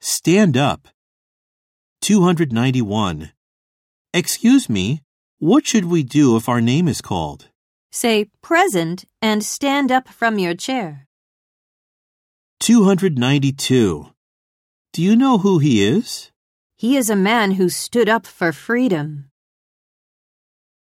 Stand up. 291. Excuse me, what should we do if our name is called? Say present and stand up from your chair. 292. Do you know who he is? He is a man who stood up for freedom.